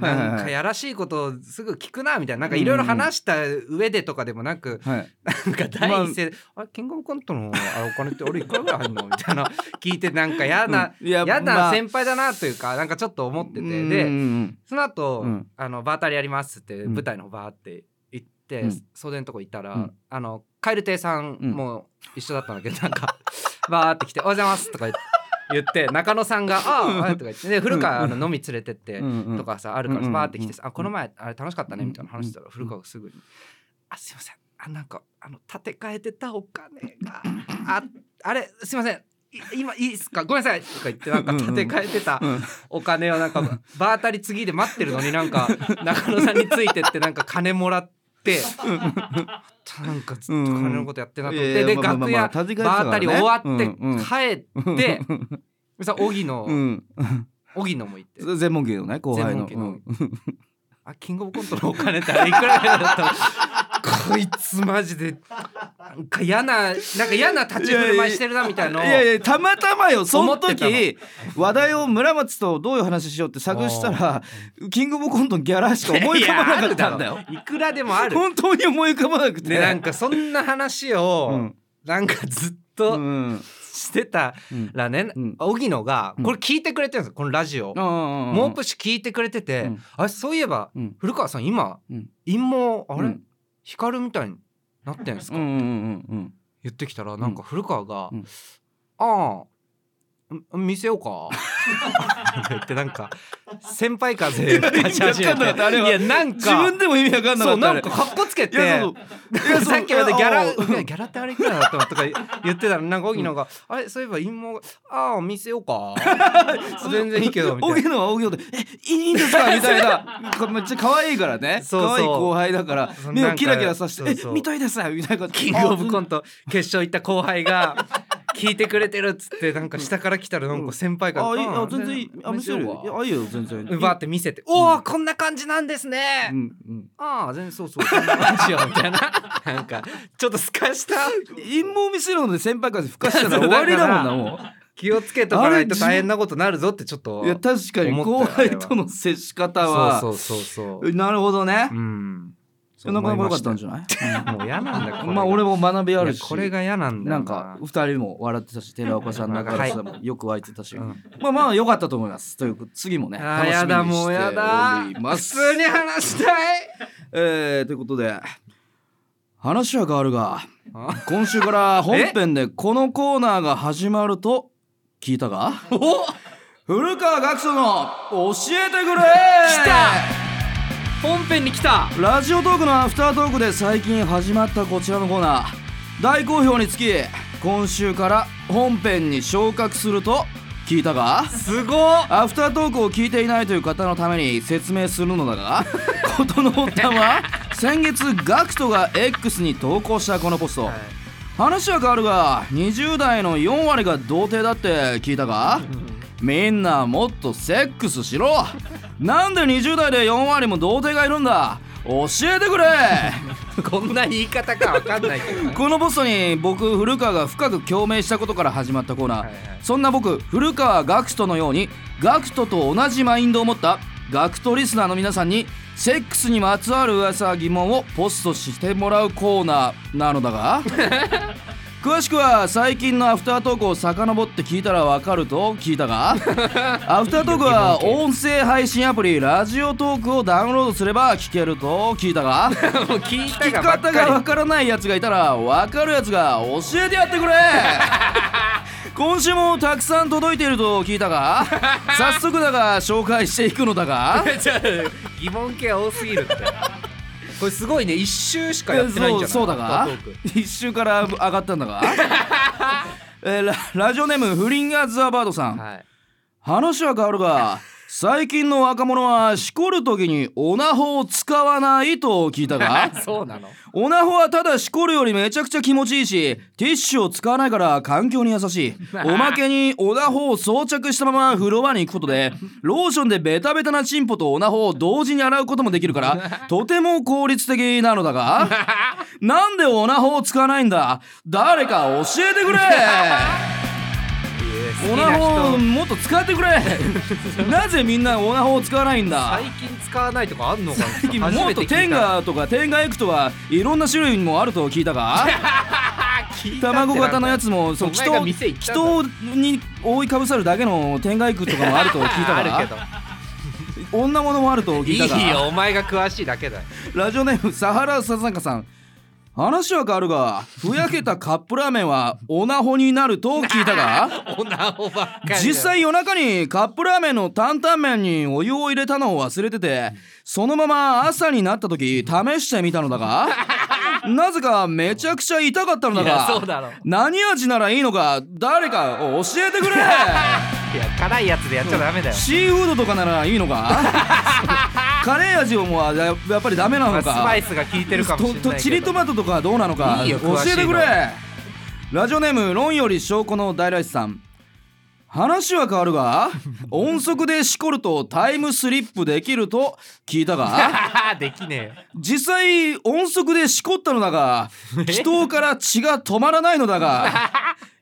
[SPEAKER 2] はいはいはい
[SPEAKER 1] なんかやらしいことをすぐ聞くなみたいななんかいろいろ話した上でとかでもなく
[SPEAKER 2] はい
[SPEAKER 1] なんか第一声「あれキングオブコントのあれお金って俺いくらぐらい入るの?」みたいな聞いてなんか嫌な。
[SPEAKER 2] うんいや
[SPEAKER 1] 嫌
[SPEAKER 2] ま
[SPEAKER 1] な
[SPEAKER 2] あ
[SPEAKER 1] 先輩だなというかなんかちょっと思って
[SPEAKER 2] うん
[SPEAKER 1] て
[SPEAKER 2] うんう
[SPEAKER 1] で
[SPEAKER 2] ん
[SPEAKER 1] その後、
[SPEAKER 2] うん
[SPEAKER 1] あのバータリーやりますって
[SPEAKER 2] うん
[SPEAKER 1] 舞台のバーって行って、
[SPEAKER 2] うん
[SPEAKER 1] 袖のとこ行ったら、
[SPEAKER 2] うん
[SPEAKER 1] あのカエル亭さん
[SPEAKER 2] うん
[SPEAKER 1] も一緒だったんだけど、なんか バーって来て「おはようございます」とか言って言って中野さんが「ああ」はいとか言ってで古川あの飲み連れてって
[SPEAKER 2] うんうん
[SPEAKER 1] とかさあるか
[SPEAKER 2] うんう
[SPEAKER 1] ら
[SPEAKER 2] ん
[SPEAKER 1] バーって来てさ「あこの前あれ楽しかったね」
[SPEAKER 2] うん
[SPEAKER 1] みたいな話したら古川がすぐに「あすいませんあなんかあの立て替えてたお金がああれすいませんい今いいっすかごめんなさい」とか言ってなんか立て替えてた
[SPEAKER 2] うん
[SPEAKER 1] お金をなんか場当たり次で待ってるのになんか中野さんについてってなんか金もらってなんかずっと金のことやってんなと思っ
[SPEAKER 2] う
[SPEAKER 1] て
[SPEAKER 2] ん
[SPEAKER 1] で
[SPEAKER 2] まあ
[SPEAKER 1] 楽
[SPEAKER 2] まあま
[SPEAKER 1] 屋
[SPEAKER 2] あ立ち返ってた
[SPEAKER 1] 場
[SPEAKER 2] からね
[SPEAKER 1] 当たり終わって
[SPEAKER 2] うんうん
[SPEAKER 1] 帰ってさ荻
[SPEAKER 2] う
[SPEAKER 1] 野
[SPEAKER 2] ん、
[SPEAKER 1] 荻野も行って
[SPEAKER 2] 全問芸のね後輩の
[SPEAKER 1] 全問「あキングオブコントのお金ってあれいくらぐらいだったの?」 こいつマジでなんか嫌ななんか嫌な立ち振る舞いしてるなみたい
[SPEAKER 2] うん
[SPEAKER 1] のを
[SPEAKER 2] いやいやたまたまよそ
[SPEAKER 1] 思
[SPEAKER 2] の
[SPEAKER 1] ってたの
[SPEAKER 2] 時話題を村松とどういう話しようって探したら「キングオブコント」のギャラしか思い浮かばなかったんだよ
[SPEAKER 1] いやあるろいくらでもある
[SPEAKER 2] 本当に思い浮かばなくて
[SPEAKER 1] でなんかそんな話を、
[SPEAKER 2] うん
[SPEAKER 1] なんかずっ
[SPEAKER 2] う
[SPEAKER 1] と
[SPEAKER 2] ん
[SPEAKER 1] してた
[SPEAKER 2] うん
[SPEAKER 1] らね
[SPEAKER 2] うん
[SPEAKER 1] 荻野が
[SPEAKER 2] うん
[SPEAKER 1] これ聞いてくれてるんですよこのラジオ
[SPEAKER 2] う。ん
[SPEAKER 1] モープッシュ聞いてくれてて、
[SPEAKER 2] うん
[SPEAKER 1] あそういえば
[SPEAKER 2] うん
[SPEAKER 1] 古川さん今
[SPEAKER 2] うん
[SPEAKER 1] 陰謀あれ、
[SPEAKER 2] うん
[SPEAKER 1] 光るみたいになってんす
[SPEAKER 2] う
[SPEAKER 1] か、
[SPEAKER 2] んうんうんうん
[SPEAKER 1] 言ってきたらなんか古川が「
[SPEAKER 2] うん
[SPEAKER 1] ああん見せようか」って言ってなんか先輩風立ち始め
[SPEAKER 2] いや意味わかんなかったあ
[SPEAKER 1] て
[SPEAKER 2] れ
[SPEAKER 1] い
[SPEAKER 2] は
[SPEAKER 1] やなん
[SPEAKER 2] 自分
[SPEAKER 1] か
[SPEAKER 2] でも意味わかん
[SPEAKER 1] そ
[SPEAKER 2] なか
[SPEAKER 1] う
[SPEAKER 2] った
[SPEAKER 1] な
[SPEAKER 2] あ
[SPEAKER 1] ん
[SPEAKER 2] れ
[SPEAKER 1] かかっこつけて。
[SPEAKER 2] いやそうそういやそう
[SPEAKER 1] さっきまでギャラ
[SPEAKER 2] いや
[SPEAKER 1] ギャギャラってあれいくらだったのとか言ってたらなんか荻野が「あれそういえば陰謀ああ見せようか全然いいけど」みたいな
[SPEAKER 2] 荻野は荻野で「えいいんですか?」みた いなこめっちゃ可愛いからね
[SPEAKER 1] そうそう
[SPEAKER 2] 可愛い後輩だから
[SPEAKER 1] そう
[SPEAKER 2] 目
[SPEAKER 1] なん
[SPEAKER 2] を
[SPEAKER 1] か
[SPEAKER 2] キラキラさせ
[SPEAKER 1] そう
[SPEAKER 2] て
[SPEAKER 1] そ
[SPEAKER 2] 「
[SPEAKER 1] う
[SPEAKER 2] え見たいです」みたい な
[SPEAKER 1] キングオブコ
[SPEAKER 2] ン
[SPEAKER 1] ント決勝行った後輩が聞いてくれてるっつってなんか下から来たらなんか先輩
[SPEAKER 2] あ
[SPEAKER 1] が「
[SPEAKER 2] あいい
[SPEAKER 1] あ
[SPEAKER 2] あ
[SPEAKER 1] あ
[SPEAKER 2] 全然いいあ見せるよいや
[SPEAKER 1] わ
[SPEAKER 2] あいいよ全然いい」
[SPEAKER 1] バーって見せて「おおこんな感じなんですね
[SPEAKER 2] う」んうん
[SPEAKER 1] ああ全然そうそうこんな感じよ」 みたいななんかちょっとすかした
[SPEAKER 2] 陰謀見せるので先輩から吹かしたら終わりだもんなも
[SPEAKER 1] 気をつけとかないと大変なことなるぞってちょっと
[SPEAKER 2] ういや確かに
[SPEAKER 1] 思ったよ
[SPEAKER 2] 後輩との接し方
[SPEAKER 1] そ
[SPEAKER 2] は
[SPEAKER 1] うそうそうそう
[SPEAKER 2] なるほどね
[SPEAKER 1] うん
[SPEAKER 2] なかなか良かったんじゃない
[SPEAKER 1] もう嫌なんだこれが
[SPEAKER 2] まあ俺も学びある
[SPEAKER 1] い
[SPEAKER 2] し
[SPEAKER 1] やこれが嫌なんだよ
[SPEAKER 2] なんか二人も笑ってたし寺岡さん中原さんもよく湧いてたし、
[SPEAKER 1] うん
[SPEAKER 2] まあまあ良かったと思いますということで次もね
[SPEAKER 1] あー
[SPEAKER 2] 楽しみに
[SPEAKER 1] やだもう
[SPEAKER 2] し
[SPEAKER 1] や
[SPEAKER 2] てお
[SPEAKER 1] だ
[SPEAKER 2] り
[SPEAKER 1] 普
[SPEAKER 2] ます
[SPEAKER 1] 通に話したい
[SPEAKER 2] えー、ということで話は変わるが
[SPEAKER 1] あ
[SPEAKER 2] 今週から本編でこのコーナーが始まると聞いたが
[SPEAKER 1] お
[SPEAKER 2] 古川学徒の教えてくれ
[SPEAKER 1] 来た本編に来た
[SPEAKER 2] ラジオトークのアフタートークで最近始まったこちらのコーナー大好評につき今週から本編に昇格すると聞いたが
[SPEAKER 1] すごっ
[SPEAKER 2] アフタートークを聞いていないという方のために説明するのだが事の発端は先月 GACKT が X に投稿したこのポスト、話は変わるが20代の4割が童貞だって聞いたがみんなもっとセックスしろなんで20代で4割も童貞がいるんだ教えてくれ
[SPEAKER 1] こんな言い方かわかんないけど
[SPEAKER 2] このポストに僕古川が深く共鳴したことから始まったコーナー、
[SPEAKER 1] はいはい
[SPEAKER 2] そんな僕古川学徒のように学徒と同じマインドを持った学徒リスナーの皆さんにセックスにまつわる噂や疑問をポストしてもらうコーナーなの だが詳しくは最近のアフタートークを遡って聞いたらわかると聞い たがアフタートークは音声配信アプリラジオトークをダウンロードすれば聞けると聞いた が
[SPEAKER 1] もう聞い
[SPEAKER 2] 聞
[SPEAKER 1] た
[SPEAKER 2] き
[SPEAKER 1] がばっ
[SPEAKER 2] 方がわ
[SPEAKER 1] か
[SPEAKER 2] からないやつがいたらわかるやつが教えてやって くれ今週もたくさん届いていると聞い たが早速だが紹介していくのだが
[SPEAKER 1] りちょっと疑問系多すぎるってこれすごいね一周しか やってないんじゃない
[SPEAKER 2] そうそうだ
[SPEAKER 1] ア
[SPEAKER 2] が
[SPEAKER 1] フタートーク
[SPEAKER 2] 一周から上がったん だが、えーララジオネームフリンガーズ・アバードさん
[SPEAKER 1] はい
[SPEAKER 2] 話は変わるが最近の若者はしこる時にオナホを使わないと聞い たが
[SPEAKER 1] あそうなの
[SPEAKER 2] オナホはただしこるよりめちゃくちゃ気持ちいいしティッシュを使わないから環境に優 しいおまけにオナホを装着したまま風呂場に行くことでローションでベタベタなチンポとオナホを同時に洗うこともできるから とても効率的なのだ がなんでオナホを使わないんだ誰か教えて くれオナホを
[SPEAKER 1] 好きな人
[SPEAKER 2] もっと使ってく れなぜみんなオナホを使わないんだ
[SPEAKER 1] 最近使わないとかあんのかな
[SPEAKER 2] 最近もっとテンガとかテンガエクトはいろんな種類もあると聞いたが卵型のやつもそう
[SPEAKER 1] お
[SPEAKER 2] 祈
[SPEAKER 1] 前が店
[SPEAKER 2] 祷
[SPEAKER 1] 行ったんだ
[SPEAKER 2] 祈祷に覆いかぶさるだけの天外エクとかもあると聞いた
[SPEAKER 1] あるけ
[SPEAKER 2] が
[SPEAKER 1] ど
[SPEAKER 2] 女物もあると聞いたが
[SPEAKER 1] いいよお前が詳しいだけだよ
[SPEAKER 2] ラジオネームサハラサザンカさん話は変わるがふやけたカップラーメンはオナホになると聞いたが
[SPEAKER 1] オナホばっかりだよ
[SPEAKER 2] 実際夜中にカップラーメンの担々麺にお湯を入れたのを忘れててそのまま朝になった時試してみたの だがなぜかめちゃくちゃ痛かったのだ
[SPEAKER 1] いやそう
[SPEAKER 2] が
[SPEAKER 1] だろ
[SPEAKER 2] 何味ならいいのか誰か教え てく
[SPEAKER 1] い
[SPEAKER 2] れ
[SPEAKER 1] や辛いやつでやっちゃダメだよ、
[SPEAKER 2] シーフードとかならいいの かカレー味をもうややっぱりダメな
[SPEAKER 1] まあ
[SPEAKER 2] の
[SPEAKER 1] ス
[SPEAKER 2] か
[SPEAKER 1] パイスが効いてるかもしれないけど
[SPEAKER 2] ととチリトマトとかはどうなのか
[SPEAKER 1] いいよ
[SPEAKER 2] 教
[SPEAKER 1] 詳しいの
[SPEAKER 2] えてくれラジオネーム論より証拠の大来さん話は変わ るが音速でしこるとタイムスリップできると聞い たが
[SPEAKER 1] できね
[SPEAKER 2] 実際音速でしこったのだ が祈祷から血が止まらないのだが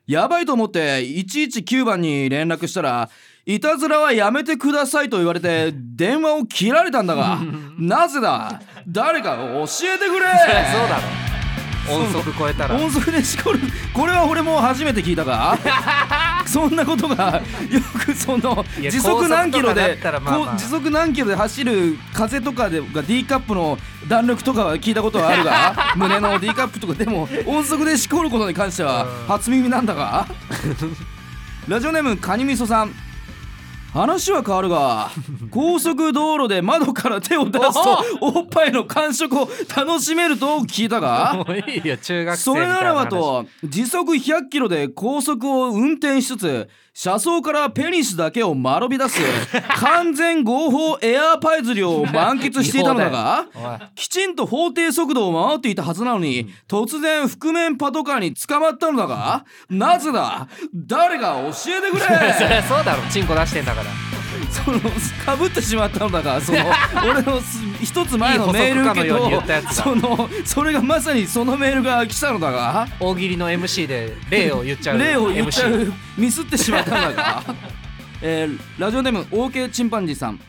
[SPEAKER 2] やばいと思って119番に連絡したらいたずらはやめてくださいと言わ れて電話を切られたんだがなぜだ誰か教えてくれ
[SPEAKER 1] えよ そうだろ音速超えたら
[SPEAKER 2] 音速でしこるこれは俺も初めて聞い たがそんなことがよくその
[SPEAKER 1] いや
[SPEAKER 2] 時速何キロ
[SPEAKER 1] 高速とかだ
[SPEAKER 2] で
[SPEAKER 1] ったらまあまあ
[SPEAKER 2] こう時速何キロで走る風とかでが D カップの弾力とかは聞いたことはあ るが胸の D カップとかでも音速でしこることに関しては
[SPEAKER 1] うん
[SPEAKER 2] 初耳なんだ がラジオネームカニみそさん話は変わるが高速道路で窓から手を出すとおっぱいの感触を楽しめると聞いたが
[SPEAKER 1] もういいよ中学生
[SPEAKER 2] そ
[SPEAKER 1] みた
[SPEAKER 2] れ
[SPEAKER 1] いな話
[SPEAKER 2] ならばと時速100キロで高速を運転しつつ車窓からペニスだけを丸び 出す完全合法エアーパイ釣りを満喫していたのだが
[SPEAKER 1] おい
[SPEAKER 2] きちんと法定速度を回っていたはずなのに突然覆面パトカーに捕まったのだがなぜだ誰が教えてく
[SPEAKER 1] そ
[SPEAKER 2] れ
[SPEAKER 1] りゃそうだろチンコ出してんだから
[SPEAKER 2] そのかぶってしまったのだがそ の俺のす一つ前のメール受け
[SPEAKER 1] いい補足かのように言
[SPEAKER 2] と
[SPEAKER 1] ったやつだ
[SPEAKER 2] そのそれがまさにそのメールが来たのだが。
[SPEAKER 1] 大喜利の MC で例を言っちゃう
[SPEAKER 2] 例を言っちゃ
[SPEAKER 1] MC
[SPEAKER 2] うミスってしまった んだが、えーラジオネーム OK チンパンジーさん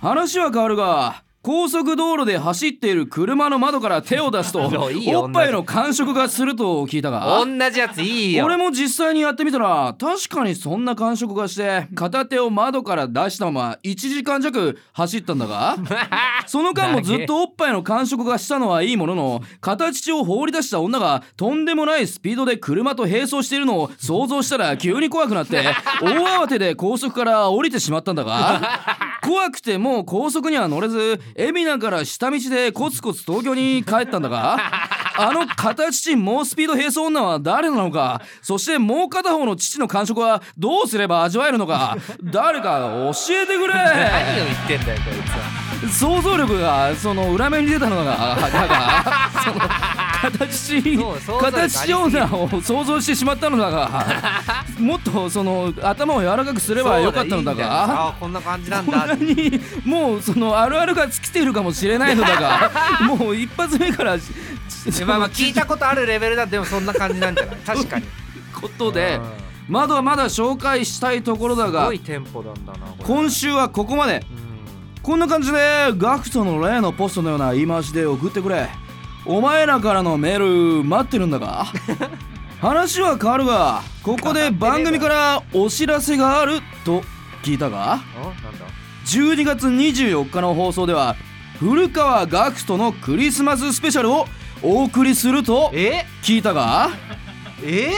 [SPEAKER 2] 話は変わるが高速道路で走っている車の窓から手を出すと
[SPEAKER 1] もういいよ
[SPEAKER 2] おっぱいの感触がすると聞いたが
[SPEAKER 1] 同じやついいよ
[SPEAKER 2] 俺も実際にやってみたら確かにそんな感触がして片手を窓から出したまま1時間弱走ったん だがその間もずっとおっぱいの感触がしたのはいいものの片乳を放り出した女がとんでもないスピードで車と並走しているのを想像したら急に怖くなって大慌てで高速から降りてしまったんだが怖くてもう高速には乗れず海老名から下道でコツコツ東京に帰ったんだがあの片父猛スピード並走女は誰なのかそしてもう片方の父の感触はどうすれば味わえるのか誰か教えてくれ
[SPEAKER 1] 何を言ってんだよこいつは
[SPEAKER 2] 想像力がその裏目に出たのがだがその
[SPEAKER 1] そう想像力ありすぎる
[SPEAKER 2] 形形オーナーを想像してしまったのだがもっとその頭を柔らかくすればよかったのだ
[SPEAKER 1] そういいんよ
[SPEAKER 2] が
[SPEAKER 1] あこんな感じなん
[SPEAKER 2] こんな
[SPEAKER 1] だ
[SPEAKER 2] にもうそのあるあるが尽きているかもしれないのだ がもう一発目からし
[SPEAKER 1] え まあまあ聞いたことあるレベルだでもそんな感じなんじゃない確 かに
[SPEAKER 2] ことで
[SPEAKER 1] うん
[SPEAKER 2] まだまだ紹介したいところだ
[SPEAKER 1] す
[SPEAKER 2] が
[SPEAKER 1] ごいテンポなんだなこれ
[SPEAKER 2] 今週はここまでこんな感じでガクトの例のポストのような言い回しで送ってくれお前らからのメール待ってるんだが話は変わるがここで番組からお知らせがあると聞いたが
[SPEAKER 1] うんあなんだ
[SPEAKER 2] 12月24日の放送では古川ガクトのクリスマススペシャルをお送りすると
[SPEAKER 1] え
[SPEAKER 2] 聞いたが
[SPEAKER 1] え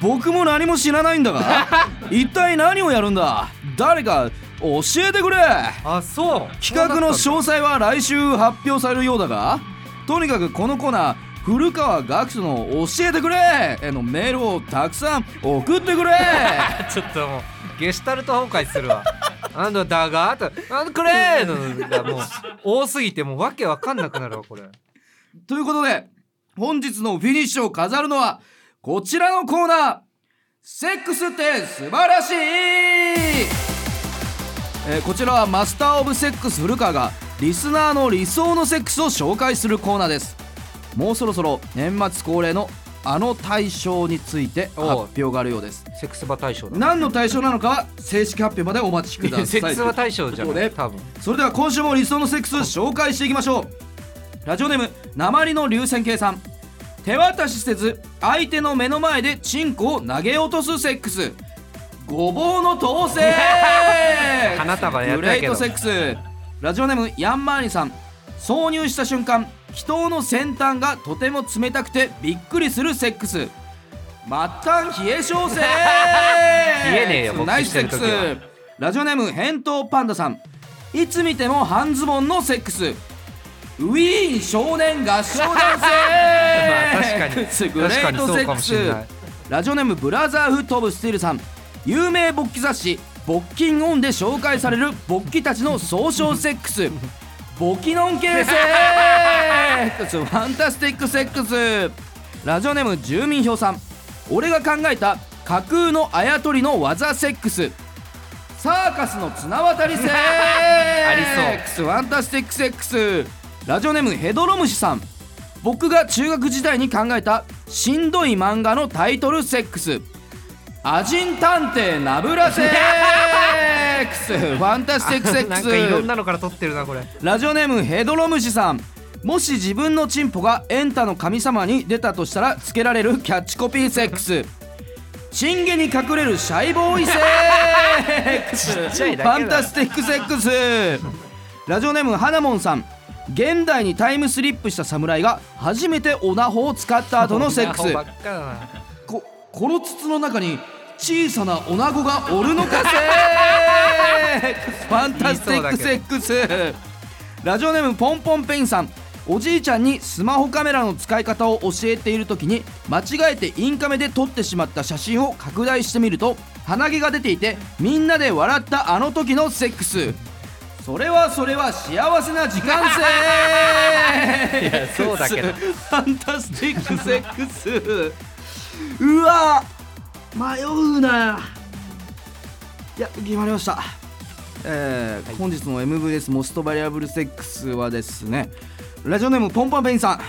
[SPEAKER 2] 僕も何も知らないんだが一体何をやるんだ誰か教えてくれ
[SPEAKER 1] あそう
[SPEAKER 2] 企画の
[SPEAKER 1] そう
[SPEAKER 2] 詳細は来週発表されるようだがとにかくこのコーナー古川学徒の「教えてくれ!」へのメールをたくさん送ってくれ
[SPEAKER 1] だったんだちょっともうゲシュタルト崩壊するわ あのだがあとあのくれーのがもう多すぎてもうわけわかんなくなるわこれ
[SPEAKER 2] ということで本日のフィニッシュを飾るのはこちらのコーナー「セックスって素晴らしい!」えーこちらはマスター・オブ・セックス古川がリスナーの理想のセックスを紹介するコーナーですもうそろそろ年末恒例のあの対象について発表があるようです
[SPEAKER 1] セックスバ大賞だ
[SPEAKER 2] 何の対象なのかは正式発表までお待ちくださ い
[SPEAKER 1] セックスバ大賞じゃ
[SPEAKER 2] とい
[SPEAKER 1] ん
[SPEAKER 2] うこと
[SPEAKER 1] 多分
[SPEAKER 2] でそれでは今週も理想のセックス紹介していきましょうラジオネーム鉛の流線計さん手渡しせず相手の目の前でチンコを投げ落とすセックスごぼうの 統制
[SPEAKER 1] 花束やっ
[SPEAKER 2] グ
[SPEAKER 1] た
[SPEAKER 2] レ
[SPEAKER 1] け
[SPEAKER 2] ー
[SPEAKER 1] ど
[SPEAKER 2] トセックスラジオネームヤンマーニさん挿入した瞬間祈祷の先端がとても冷たくてびっくりするセックス末端冷え 症性冷
[SPEAKER 1] えねえよ
[SPEAKER 2] ナイスセック
[SPEAKER 1] 勃
[SPEAKER 2] ス
[SPEAKER 1] 起してる
[SPEAKER 2] ラジオネーム返答パンダさんいつ見ても半ズボンのセックスウィーン少年合唱 男性
[SPEAKER 1] まあ確かに
[SPEAKER 2] グレ
[SPEAKER 1] 確か
[SPEAKER 2] ー
[SPEAKER 1] に
[SPEAKER 2] ト
[SPEAKER 1] そ
[SPEAKER 2] セ
[SPEAKER 1] うか
[SPEAKER 2] ッ
[SPEAKER 1] も
[SPEAKER 2] ク
[SPEAKER 1] しれない
[SPEAKER 2] スラジオネームブラザーフット・オブ・スティールさん有名勃起雑誌「勃金オン」で紹介される勃起たちの総称セックス勃起ノン系 セックスファンタスティックセックスラジオネーム住民票さん俺が考えた架空のあやとりの技セックスサーカスの綱渡りセックス
[SPEAKER 1] り
[SPEAKER 2] そうファンタスティックセックスラジオネームヘドロムシさん僕が中学時代に考えたしんどい漫画のタイトルセックスアジン探偵ナブラセックスファンタスティックセック
[SPEAKER 1] なん
[SPEAKER 2] ス
[SPEAKER 1] かいろんなのから取ってるなこれ
[SPEAKER 2] ラジオネームヘドロムシさんもし自分のチンポがエンタの神様に出たとしたらつけられるキャッチコピーセックスチンゲに隠れるシャイボーイセックスフ
[SPEAKER 1] っちゃいだけだ
[SPEAKER 2] ァンタスティックセックスラジオネームハナモンさん現代にタイムスリップした侍が初めてオナホを使った後のセック
[SPEAKER 1] こん
[SPEAKER 2] ス
[SPEAKER 1] な顔ばっかだな
[SPEAKER 2] ここの筒の中に小さな女子がおるのかせーファンタスティックセックスラジオネームポンポンペインさんおじいちゃんにスマホカメラの使い方を教えている時に間違えてインカメで撮ってしまった写真を拡大してみると鼻毛が出ていてみんなで笑ったあの時のセックスそれはそれは幸せな時間せいや
[SPEAKER 1] そうだけど
[SPEAKER 2] ファンタスティックセックスうわ迷うないや決まりましたえー本日の MVS モストバリアブルセックスはですねラジオネームポンポンペインさん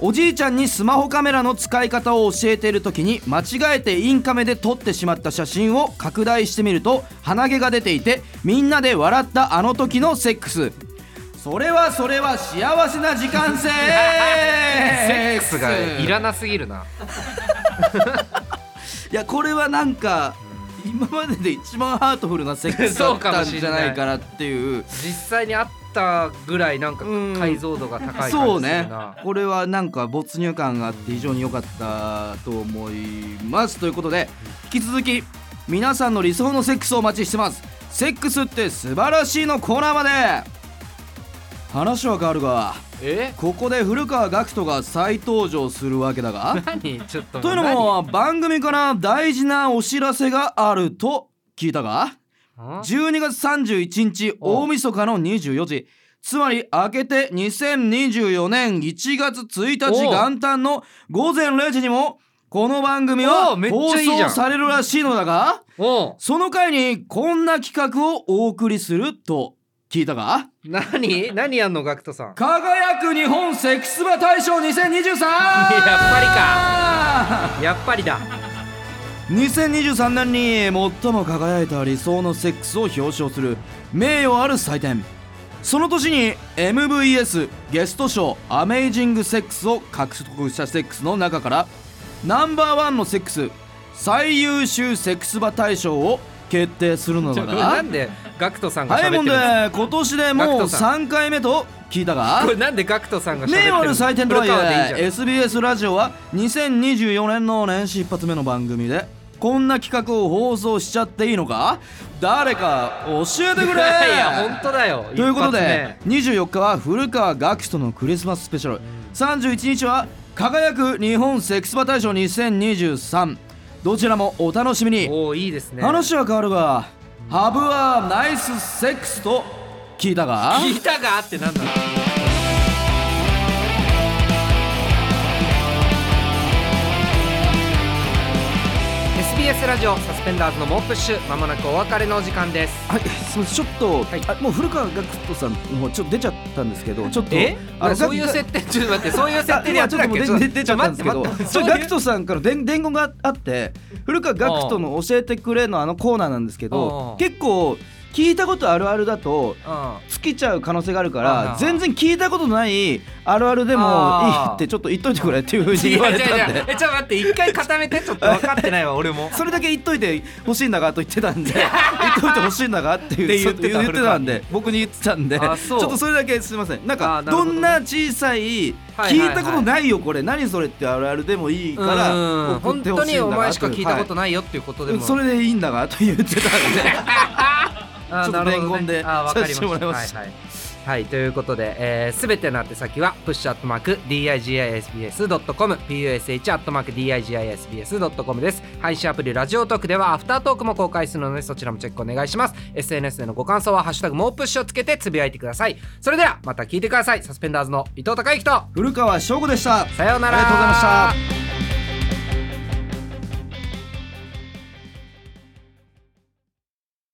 [SPEAKER 2] おじいちゃんにスマホカメラの使い方を教えている時に間違えてインカメで撮ってしまった写真を拡大してみると鼻毛が出ていてみんなで笑ったあの時のセックスそれはそれは幸せな時間セ
[SPEAKER 1] セッ
[SPEAKER 2] ッ
[SPEAKER 1] クスがいらなすぎるな。
[SPEAKER 2] いやこれはなんか今までで一番ハートフルなセックスだったんじゃないかなっていう
[SPEAKER 1] 実際にあったぐらいなんか
[SPEAKER 2] うん
[SPEAKER 1] 解像度が高い感じするな。
[SPEAKER 2] そうねこれはなんか没入感があって非常に良かったと思いますということで引き続き皆さんの理想のセックスをお待ちしてますセックスって素晴らしいのコーナーまで話は変わるが
[SPEAKER 1] え？
[SPEAKER 2] ここで古川学人が再登場するわけだが
[SPEAKER 1] 何ちょっと。
[SPEAKER 2] というのも番組から大事なお知らせがあると聞いたが
[SPEAKER 1] 何？ん
[SPEAKER 2] 12月31日
[SPEAKER 1] おう
[SPEAKER 2] 大晦日の24時つまり明けて2024年1月1日
[SPEAKER 1] おう
[SPEAKER 2] 元旦の午前0時にもこの番組
[SPEAKER 1] お
[SPEAKER 2] は
[SPEAKER 1] うめっち
[SPEAKER 2] 放
[SPEAKER 1] ゃいいじゃん
[SPEAKER 2] 送されるらしいのだが
[SPEAKER 1] おう。
[SPEAKER 2] その回にこんな企画をお送りすると聞いたが
[SPEAKER 1] 何？何やんのガクトさん。
[SPEAKER 2] 輝く日本セックスバ大賞 2023!
[SPEAKER 1] やっぱりやっぱりだ。
[SPEAKER 2] 2023年に最も輝いた理想のセックスを表彰する名誉ある祭典その年に MVS ゲスト賞「アメイジングセックス」を獲得したセックスの中からナンバーワンのセックス最優秀セックス場大賞を決定するの
[SPEAKER 1] ち
[SPEAKER 2] だ
[SPEAKER 1] ょ
[SPEAKER 2] が
[SPEAKER 1] これなんでガクトさんが
[SPEAKER 2] は
[SPEAKER 1] 喋っ
[SPEAKER 2] い
[SPEAKER 1] てるん
[SPEAKER 2] もん
[SPEAKER 1] で
[SPEAKER 2] です
[SPEAKER 1] か。
[SPEAKER 2] 今年でもう
[SPEAKER 1] 角田さ
[SPEAKER 2] 3回目と聞いたが
[SPEAKER 1] これなんでガクトさんが喋ってる
[SPEAKER 2] 名
[SPEAKER 1] の？
[SPEAKER 2] 誉ある祭典とはい
[SPEAKER 1] 古川でいいじゃん
[SPEAKER 2] え SBS ラジオは2024年の年始一発目の番組でこんな企画を放送しちゃっていいのか誰か教えて くれ
[SPEAKER 1] いや本当だよ。
[SPEAKER 2] ということ
[SPEAKER 1] 一
[SPEAKER 2] で
[SPEAKER 1] 発
[SPEAKER 2] 24日は古川学人のクリスマススペシャル31日は輝く日本セックスバ大賞2023どちらもお楽しみ
[SPEAKER 1] 目
[SPEAKER 2] に
[SPEAKER 1] おおいいですね。
[SPEAKER 2] 話は変わるがハブはナイスセックスと聞いたが
[SPEAKER 1] 聞いたかってなんだろう。SBS ラジオサスペンダーズのモップッシュまもなくお別れのお時間です
[SPEAKER 2] はい、すみません、ちょっと、
[SPEAKER 1] はい
[SPEAKER 2] あもう古川学人さん、もうちょっと出ちゃったんですけど、ちょっと。
[SPEAKER 1] え
[SPEAKER 2] あの
[SPEAKER 1] そういう
[SPEAKER 2] が
[SPEAKER 1] 設定ちょっと待ってそういう設
[SPEAKER 2] あ
[SPEAKER 1] 定でや
[SPEAKER 2] 今
[SPEAKER 1] ってたっ
[SPEAKER 2] ちょっともう
[SPEAKER 1] け
[SPEAKER 2] 出出出ちゃったんですけど、
[SPEAKER 1] ちょっと待って
[SPEAKER 2] ちょっと
[SPEAKER 1] 待
[SPEAKER 2] ガ
[SPEAKER 1] って
[SPEAKER 2] クトさんから伝伝言があって、古川学人の教えてくれのあのコーナーなんですけ
[SPEAKER 1] う
[SPEAKER 2] ど
[SPEAKER 1] ん、
[SPEAKER 2] 結構聞いたことあるあるだと
[SPEAKER 1] うん
[SPEAKER 2] 尽きちゃう可能性があるか
[SPEAKER 1] う
[SPEAKER 2] ら
[SPEAKER 1] ん、
[SPEAKER 2] 全然聞いたことないあるあるでもいい
[SPEAKER 1] あー
[SPEAKER 2] ってちょっと言っといてくれっていうふうに
[SPEAKER 1] 違
[SPEAKER 2] 言
[SPEAKER 1] う
[SPEAKER 2] わ
[SPEAKER 1] 違う
[SPEAKER 2] れたん
[SPEAKER 1] 違う
[SPEAKER 2] で、
[SPEAKER 1] えちょっと待って一回固めてちょっと分かってないわ俺 も
[SPEAKER 2] それだけ言っといてほしいんだがと言ってたんで言っといてほしいんだがっていう
[SPEAKER 1] って言ってた
[SPEAKER 2] そう言ってたんで僕に言ってたんでちょ
[SPEAKER 1] あ
[SPEAKER 2] っ
[SPEAKER 1] そう
[SPEAKER 2] とそれだけすみませんなん
[SPEAKER 1] あ
[SPEAKER 2] か
[SPEAKER 1] なるほ
[SPEAKER 2] ど
[SPEAKER 1] ど
[SPEAKER 2] んな小さい聞い
[SPEAKER 1] はいはいはい
[SPEAKER 2] たことないよこれ何それってあるあるでもいいか
[SPEAKER 1] う
[SPEAKER 2] ら
[SPEAKER 1] ん
[SPEAKER 2] 送っ
[SPEAKER 1] 本
[SPEAKER 2] てほ
[SPEAKER 1] 当
[SPEAKER 2] しいん
[SPEAKER 1] に
[SPEAKER 2] だが
[SPEAKER 1] お前しか聞いたこと
[SPEAKER 2] は
[SPEAKER 1] ないよっていうことでも
[SPEAKER 2] それでいいんだがと言ってたん で
[SPEAKER 1] あー
[SPEAKER 2] ちょっと伝
[SPEAKER 1] な
[SPEAKER 2] 言
[SPEAKER 1] るほどね
[SPEAKER 2] で
[SPEAKER 1] あーわかりました
[SPEAKER 2] させてもらいました
[SPEAKER 1] はい、はいはいということで、えー、全ての宛先はプッシュアットマーク digisbs.com push アットマーク digisbs.com です配信アプリラジオトークではアフタートークも公開するのでそちらもチェックお願いします SNS でのご感想は「ハッシュタグもうプッシュ」をつけてつぶやいてくださいそれではまた聞いてくださいサスペンダーズの伊藤孝之と
[SPEAKER 2] 古川翔吾でした
[SPEAKER 1] さようなら
[SPEAKER 2] ありがとうございました